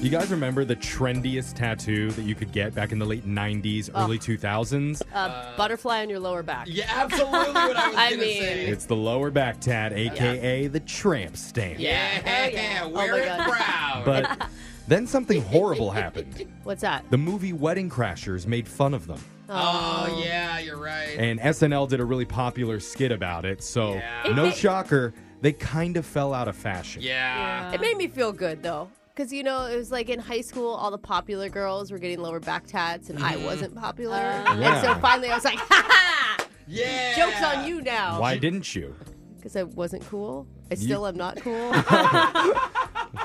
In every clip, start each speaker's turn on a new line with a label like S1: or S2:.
S1: You guys remember the trendiest tattoo that you could get back in the late 90s, early 2000s?
S2: Uh, butterfly on your lower back.
S3: Yeah, absolutely what I was
S2: I
S3: gonna
S2: mean-
S3: say.
S1: It's the lower back tat, aka the tramp stamp.
S3: Yeah,
S2: Oh, yeah. Oh,
S3: wear
S2: my
S3: it
S2: God.
S3: proud.
S1: But then something horrible happened.
S2: What's that?
S1: The movie Wedding Crashers made fun of them.
S3: oh yeah, you're right.
S1: And SNL did a really popular skit about it. So,
S3: Yeah.
S1: no shocker, they kind of fell out of fashion.
S3: yeah.
S2: It made me feel good though. Because, you know, it was like in high school, all the popular girls were getting lower back tats, and I wasn't popular. And so
S1: Mm-hmm. Ah. Yeah.
S2: finally I was like, ha ha!
S3: Yeah.
S2: Joke's on you now.
S1: Why didn't you?
S2: Because I wasn't cool. I still am not cool.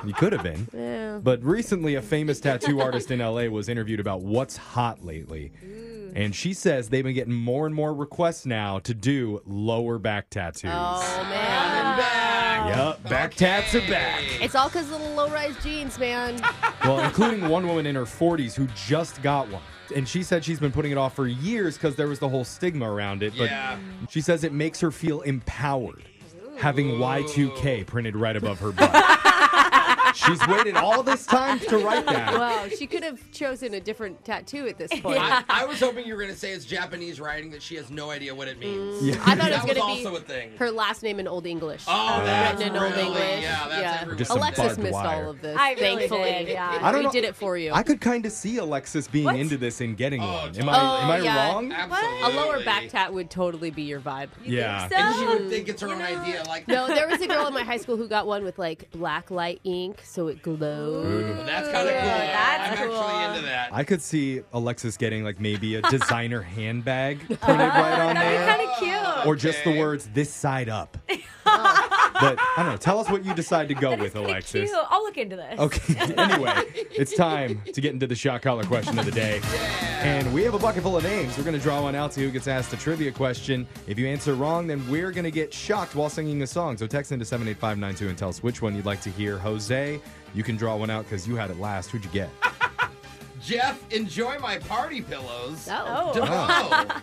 S1: You could have been.
S2: yeah.
S1: But recently, a famous tattoo artist in LA was interviewed about what's hot lately. And she says they've been getting more and more requests now to do lower back tattoos.
S2: Oh,
S3: Coming
S2: man.
S3: back.
S1: Yup, back tats are back.
S3: Okay.
S2: It's all because of the low rise jeans, man.
S1: Well, including one woman in her 40s who just got one. And she said she's been putting it off for years because there was the whole stigma around it. But
S3: Yeah.
S1: she says it makes her feel empowered having Y2K printed right above her butt. she's waited all this time to write that.
S2: wow, she could have chosen a different tattoo at this point.
S3: I, I was hoping you were gonna say it's Japanese writing that she has no idea what it means.
S1: Yeah.
S2: Mm, I thought it
S3: That
S2: was
S3: was
S2: going to be
S3: also a thing.
S2: her last name in Old English.
S3: Oh, that's
S2: written in Old
S3: really-
S2: English.
S3: yeah, that's everywhere.
S1: Just some
S2: Alexis
S1: barbed
S2: missed
S1: wire.
S2: all of this.
S4: I really
S2: thankfully,
S4: did, yeah.
S1: I don't
S2: we
S1: know-
S2: did it for you.
S1: I could kind of see Alexis being
S4: What?
S1: into this and getting
S3: Oh,
S1: one. Am
S3: totally.
S1: I am I
S2: Oh, yeah.
S1: wrong?
S3: Absolutely.
S2: a lower back tat would totally be your vibe.
S1: Yeah.
S4: so?
S3: And she would think it's her own idea. Like,
S2: No, there was a girl in my high school who got one with like black light ink, so it glowed.
S3: that's kind of cool.
S4: that's
S3: I'm
S4: cool.
S3: actually into that.
S1: I could see Alexis getting like maybe a designer handbag printed right on there.
S4: Kind of cute.
S1: or just the
S3: Okay.
S1: words this side up. but I don't know. Tell us what you decide to go with,
S4: Kinda
S1: Alexis.
S4: Cute. I'll look into this.
S1: Okay. anyway, it's time to get into the shot collar question of the day. And we have a bucket full of names. We're going to draw one out to who gets asked a trivia question. If you answer wrong, then we're going to get shocked while singing a song. So text into 78592 and tell us which one you'd like to hear. Jose, you can draw one out because you had it last. Who'd you get?
S3: Jeff, enjoy my party pillows.
S2: Oh.
S4: Oh.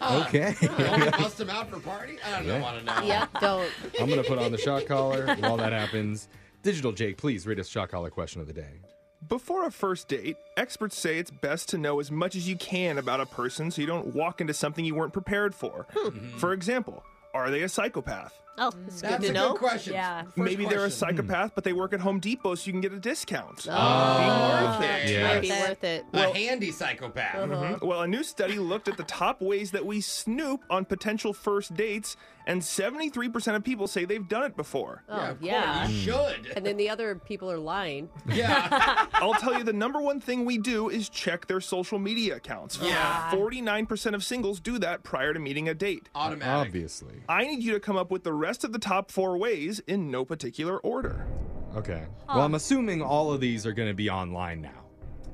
S3: Oh.
S1: Okay.
S3: You want me to bust them out for party? I don't know,
S1: Yeah.
S3: want to know.
S2: Yeah, don't.
S1: I'm going to put on the shot collar while that happens. Digital Jake, please read us shot collar question of the day.
S5: Before a first date, experts say it's best to know as much as you can about a person so you don't walk into something you weren't prepared for.
S3: Hmm. Mm-hmm.
S5: For example, are they a psychopath?
S2: Oh, it's good
S3: That's
S2: to
S3: a
S2: know.
S3: good question.
S4: Yeah.
S3: First
S5: Maybe they're a
S3: question. Hmm.
S5: psychopath, but they work at Home Depot so you can get a discount.
S3: Oh,
S1: Yeah.
S2: Might be
S4: Yes.
S2: worth it. Oh,
S3: A handy psychopath.
S5: Mhm. Well, a new study looked at the top ways that we snoop on potential first dates, and 73% of people say they've done it before.
S2: Oh, yeah.
S3: of course, You should.
S2: And then the other people are lying.
S3: Yeah.
S5: I'll tell you the number one thing we do is check their social media accounts.
S3: Yeah.
S5: 49% of singles do that prior to meeting a date.
S3: Automatic.
S1: Obviously.
S5: I need you to come up with the rest of the top four ways in no particular order.
S1: Okay. Well, I'm assuming all of these are going to be online now.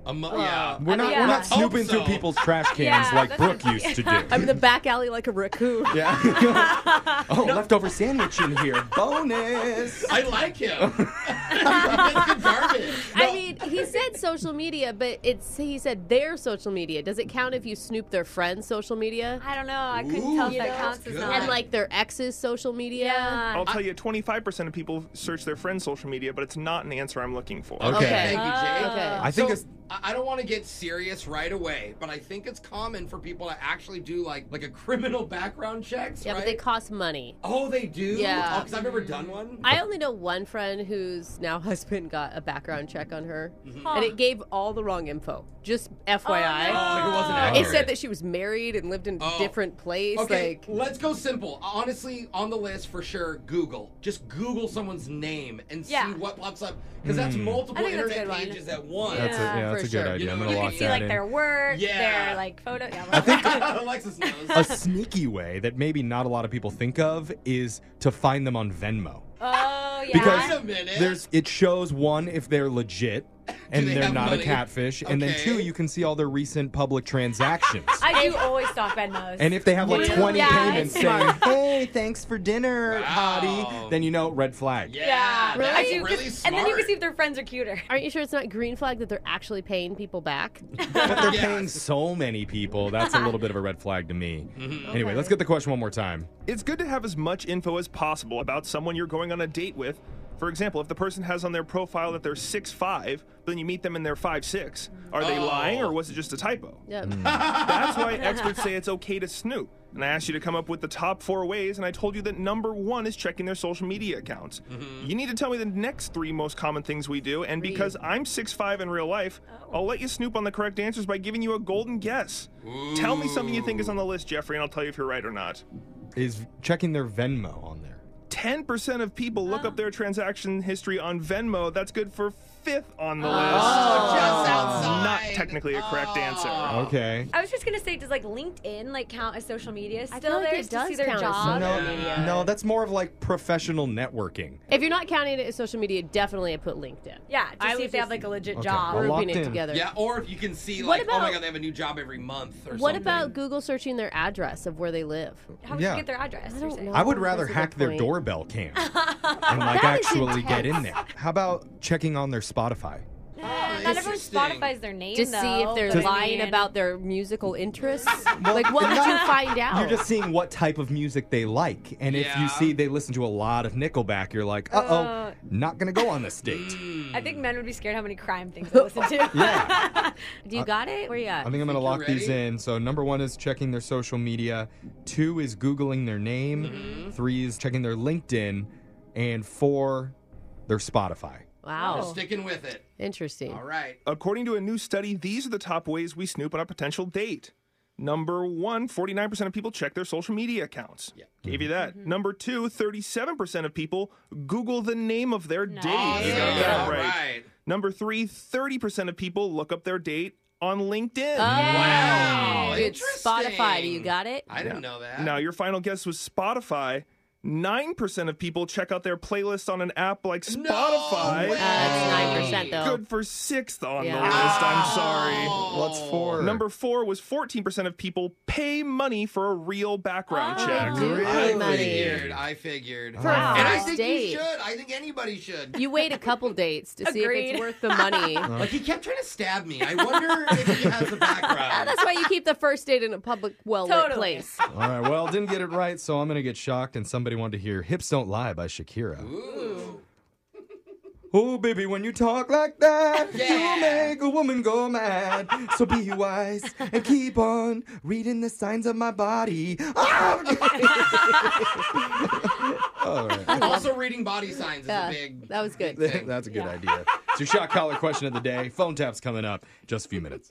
S3: Um, yeah.
S1: We're not
S4: yeah.
S1: we're not
S3: Hope
S1: snooping
S3: so.
S1: through people's trash
S4: Yeah,
S1: cans like
S4: that's
S1: Brooke used to do.
S2: I'm in the back alley like a raccoon.
S1: yeah. oh, leftover sandwich in here. Bonus.
S3: I like him. That's good garbage.
S2: I mean, he said social media, but it's he said their social media. Does it count if you snoop their friends' social media
S4: I don't know. I couldn't
S3: Ooh,
S4: tell if
S3: you
S4: that
S3: know,
S4: counts
S3: that's
S4: as
S3: good.
S4: not.
S2: and like their ex's social media?
S4: yeah.
S5: I'll tell you, 25% of people search their friends' social media, but it's not an answer I'm looking for.
S1: Okay.
S2: Okay.
S3: Thank you, Jake.
S2: Okay.
S1: I think
S3: so,
S1: it's
S3: I I don't want to get serious right away, but I think it's common for people to actually do like like a criminal background checks,
S2: yeah,
S3: right?
S2: but they cost money.
S3: oh, they do.
S2: Yeah.
S3: because I've never done one.
S2: I only know one friend whose now husband got a background check on her,
S3: Mm-hmm.
S2: and it gave all the wrong info. Just FYI,
S3: like it wasn't
S2: it
S3: accurate.
S2: said that she was married and lived in a
S3: Oh.
S2: different place.
S3: Okay,
S2: Like,
S3: let's go simple. Honestly, on the list for sure, Google. Just Google someone's name and see
S4: Yeah.
S3: what pops up because that's multiple
S4: I think that's a
S3: internet
S4: good one.
S3: pages at once.
S1: that's a, yeah,
S2: Yeah,
S1: that's a
S2: for
S1: good
S2: sure.
S1: idea.
S3: You
S1: I'm
S3: know,
S1: gonna
S3: you
S4: you
S1: lock
S4: can see
S1: that
S4: like
S1: in.
S4: their work,
S3: Yeah.
S4: their like photo. Yeah,
S3: Alexis knows.
S1: a sneaky way that maybe not a lot of people think of is to find them on Venmo.
S4: oh yeah.
S1: Because
S3: Wait a minute.
S1: There's it shows one if they're legit and
S3: they
S1: they are
S3: have
S1: not a
S3: money?
S1: catfish, and then
S3: Okay.
S1: two you can see all their recent public transactions.
S4: I do always stalk Venmos.
S1: And if they have like
S4: Yeah.
S1: 20
S4: Yeah,
S1: payments
S4: it's
S1: saying, hey, thanks for dinner,
S3: Wow.
S1: hottie, then you know, red flag.
S3: yeah,
S4: yeah, I
S3: that's
S4: do, 'cause-
S3: really smart.
S4: And then you can see if their friends are cuter.
S2: aren't you sure it's not green flag that they're actually paying people back?
S1: But they're
S3: Yes.
S1: paying so many people. That's a little bit of a red flag to me.
S2: Mm-hmm.
S1: Anyway, let's get the question one more time.
S5: It's good to have as much info as possible about someone you're going on a date with, For example, if the person has on their profile that they're 6'5, then you meet them and they're 5'6. Are they lying or was it just a typo?
S2: Yeah.
S3: Mm.
S5: That's why experts say it's okay to snoop. And I asked you to come up with the top four ways, and I told you that number one is checking their social media accounts.
S3: Mm-hmm.
S5: You need to tell me the next three most common things we do, and because I'm 6'5 in real life,
S3: Oh.
S5: I'll let you snoop on the correct answers by giving you a golden guess. Tell me something you think is on the list, Jeffrey, and I'll tell you if you're right or not.
S1: Is checking their Venmo on there?
S5: 10% of people look
S3: Ah.
S5: up their transaction history on Venmo. That's good for fifth on the list.
S3: Oh, just outside. Oh.
S5: Not technically a correct answer.
S2: Oh.
S1: Okay.
S4: I was just gonna say, does like LinkedIn like count as social media still
S2: I feel like
S4: there
S2: it
S4: to see
S2: does
S4: their
S2: count as
S4: job?
S2: social
S3: Yeah.
S2: media.
S1: No, that's more of like professional networking.
S2: If you're not counting it as social media, definitely I put Linkedin.
S4: Yeah, to
S2: I
S4: see
S2: would
S4: if they have
S2: just
S4: like a legit
S1: Okay.
S4: job.
S1: Well,
S2: grouping
S1: Locked in.
S2: it together.
S3: Yeah, or if you can see
S2: What
S3: like, oh
S2: about-
S3: my god, they have a new job every month or
S2: What
S3: something.
S2: about Google searching their address of where they live?
S4: How would
S1: Yeah.
S4: you get their address?
S2: I
S4: you're
S2: don't
S4: saying?
S2: know.
S1: I would
S2: Oh,
S1: rather
S2: that's a good
S1: hack their
S2: point.
S1: doorbell cam and like
S2: That is
S1: actually get in
S2: intense.
S1: there. How about checking on their Spotify?
S4: Yeah, Not everyone
S3: Interesting.
S4: Spotify's their name
S2: To
S4: though.
S2: see if they're
S4: but I
S2: lying
S4: mean-
S2: about their musical interests. like, what did you
S1: not-
S2: find out?
S1: You're just seeing what type of music they like, and if you
S3: Yeah.
S1: see they listen to a lot of Nickelback, you're like, uh oh,
S4: Uh.
S1: not gonna go on this date.
S2: mm.
S4: I think men would be scared how many crime things they listen to.
S1: Yeah.
S2: Do
S3: Uh,
S2: you got it? Where you at?
S1: I think I'm gonna
S3: Think you're
S1: lock these
S3: ready?
S1: in. So number one is checking their social media. Two is googling their name.
S3: Mm-hmm.
S1: Three is checking their LinkedIn, and four, their Spotify.
S2: wow.
S3: Sticking with it.
S2: Interesting.
S3: All right.
S5: According to a new study, these are the top ways we snoop on a potential date. Number one, 49% of people check their social media accounts. Gave you that. Number two, 37% of people Google the name of their date. You got
S3: Yeah,
S5: that
S3: all
S5: right.
S3: right.
S5: Number three, 30% of people look up their date on
S2: Oh,
S5: LinkedIn.
S3: Wow.
S2: Dude, Spotify. Do you
S3: interesting.
S2: got it?
S3: I didn't know that.
S5: Now, your final guess was Spotify. 9% of people check out their playlist on an app like Spotify.
S3: way.
S2: Uh, it's 9% though.
S5: Good for sixth on the
S2: Yeah.
S5: list. I'm sorry.
S1: What's four?
S5: Number four was 14% of people pay money for a real background check.
S2: do pay
S3: I
S2: money.
S3: figured. I figured.
S2: For a
S3: And I
S2: first
S3: think
S2: date.
S3: you should. I think anybody should.
S2: You wait a couple dates to see if it's
S4: Agreed.
S2: worth the money.
S3: Like he kept trying to stab me. I wonder if he has a background.
S2: That's why you keep the first date in a public, well-lit
S4: Totally.
S2: place.
S1: All right. Well, didn't get it right, so I'm gonna get shocked. And somebody wanted to hear "Hips Don't Lie" by Shakira.
S3: Ooh.
S1: Oh, baby, when you talk like that,
S3: Yeah.
S1: you make a woman go mad. So be wise and keep on reading the signs of my body. Ah! All right.
S3: Also, reading body signs is
S2: Yeah,
S3: a big.
S2: that was good.
S3: big thing.
S1: That's a good idea. It's your shot collar question of the day. Phone tap's coming up in just a few minutes.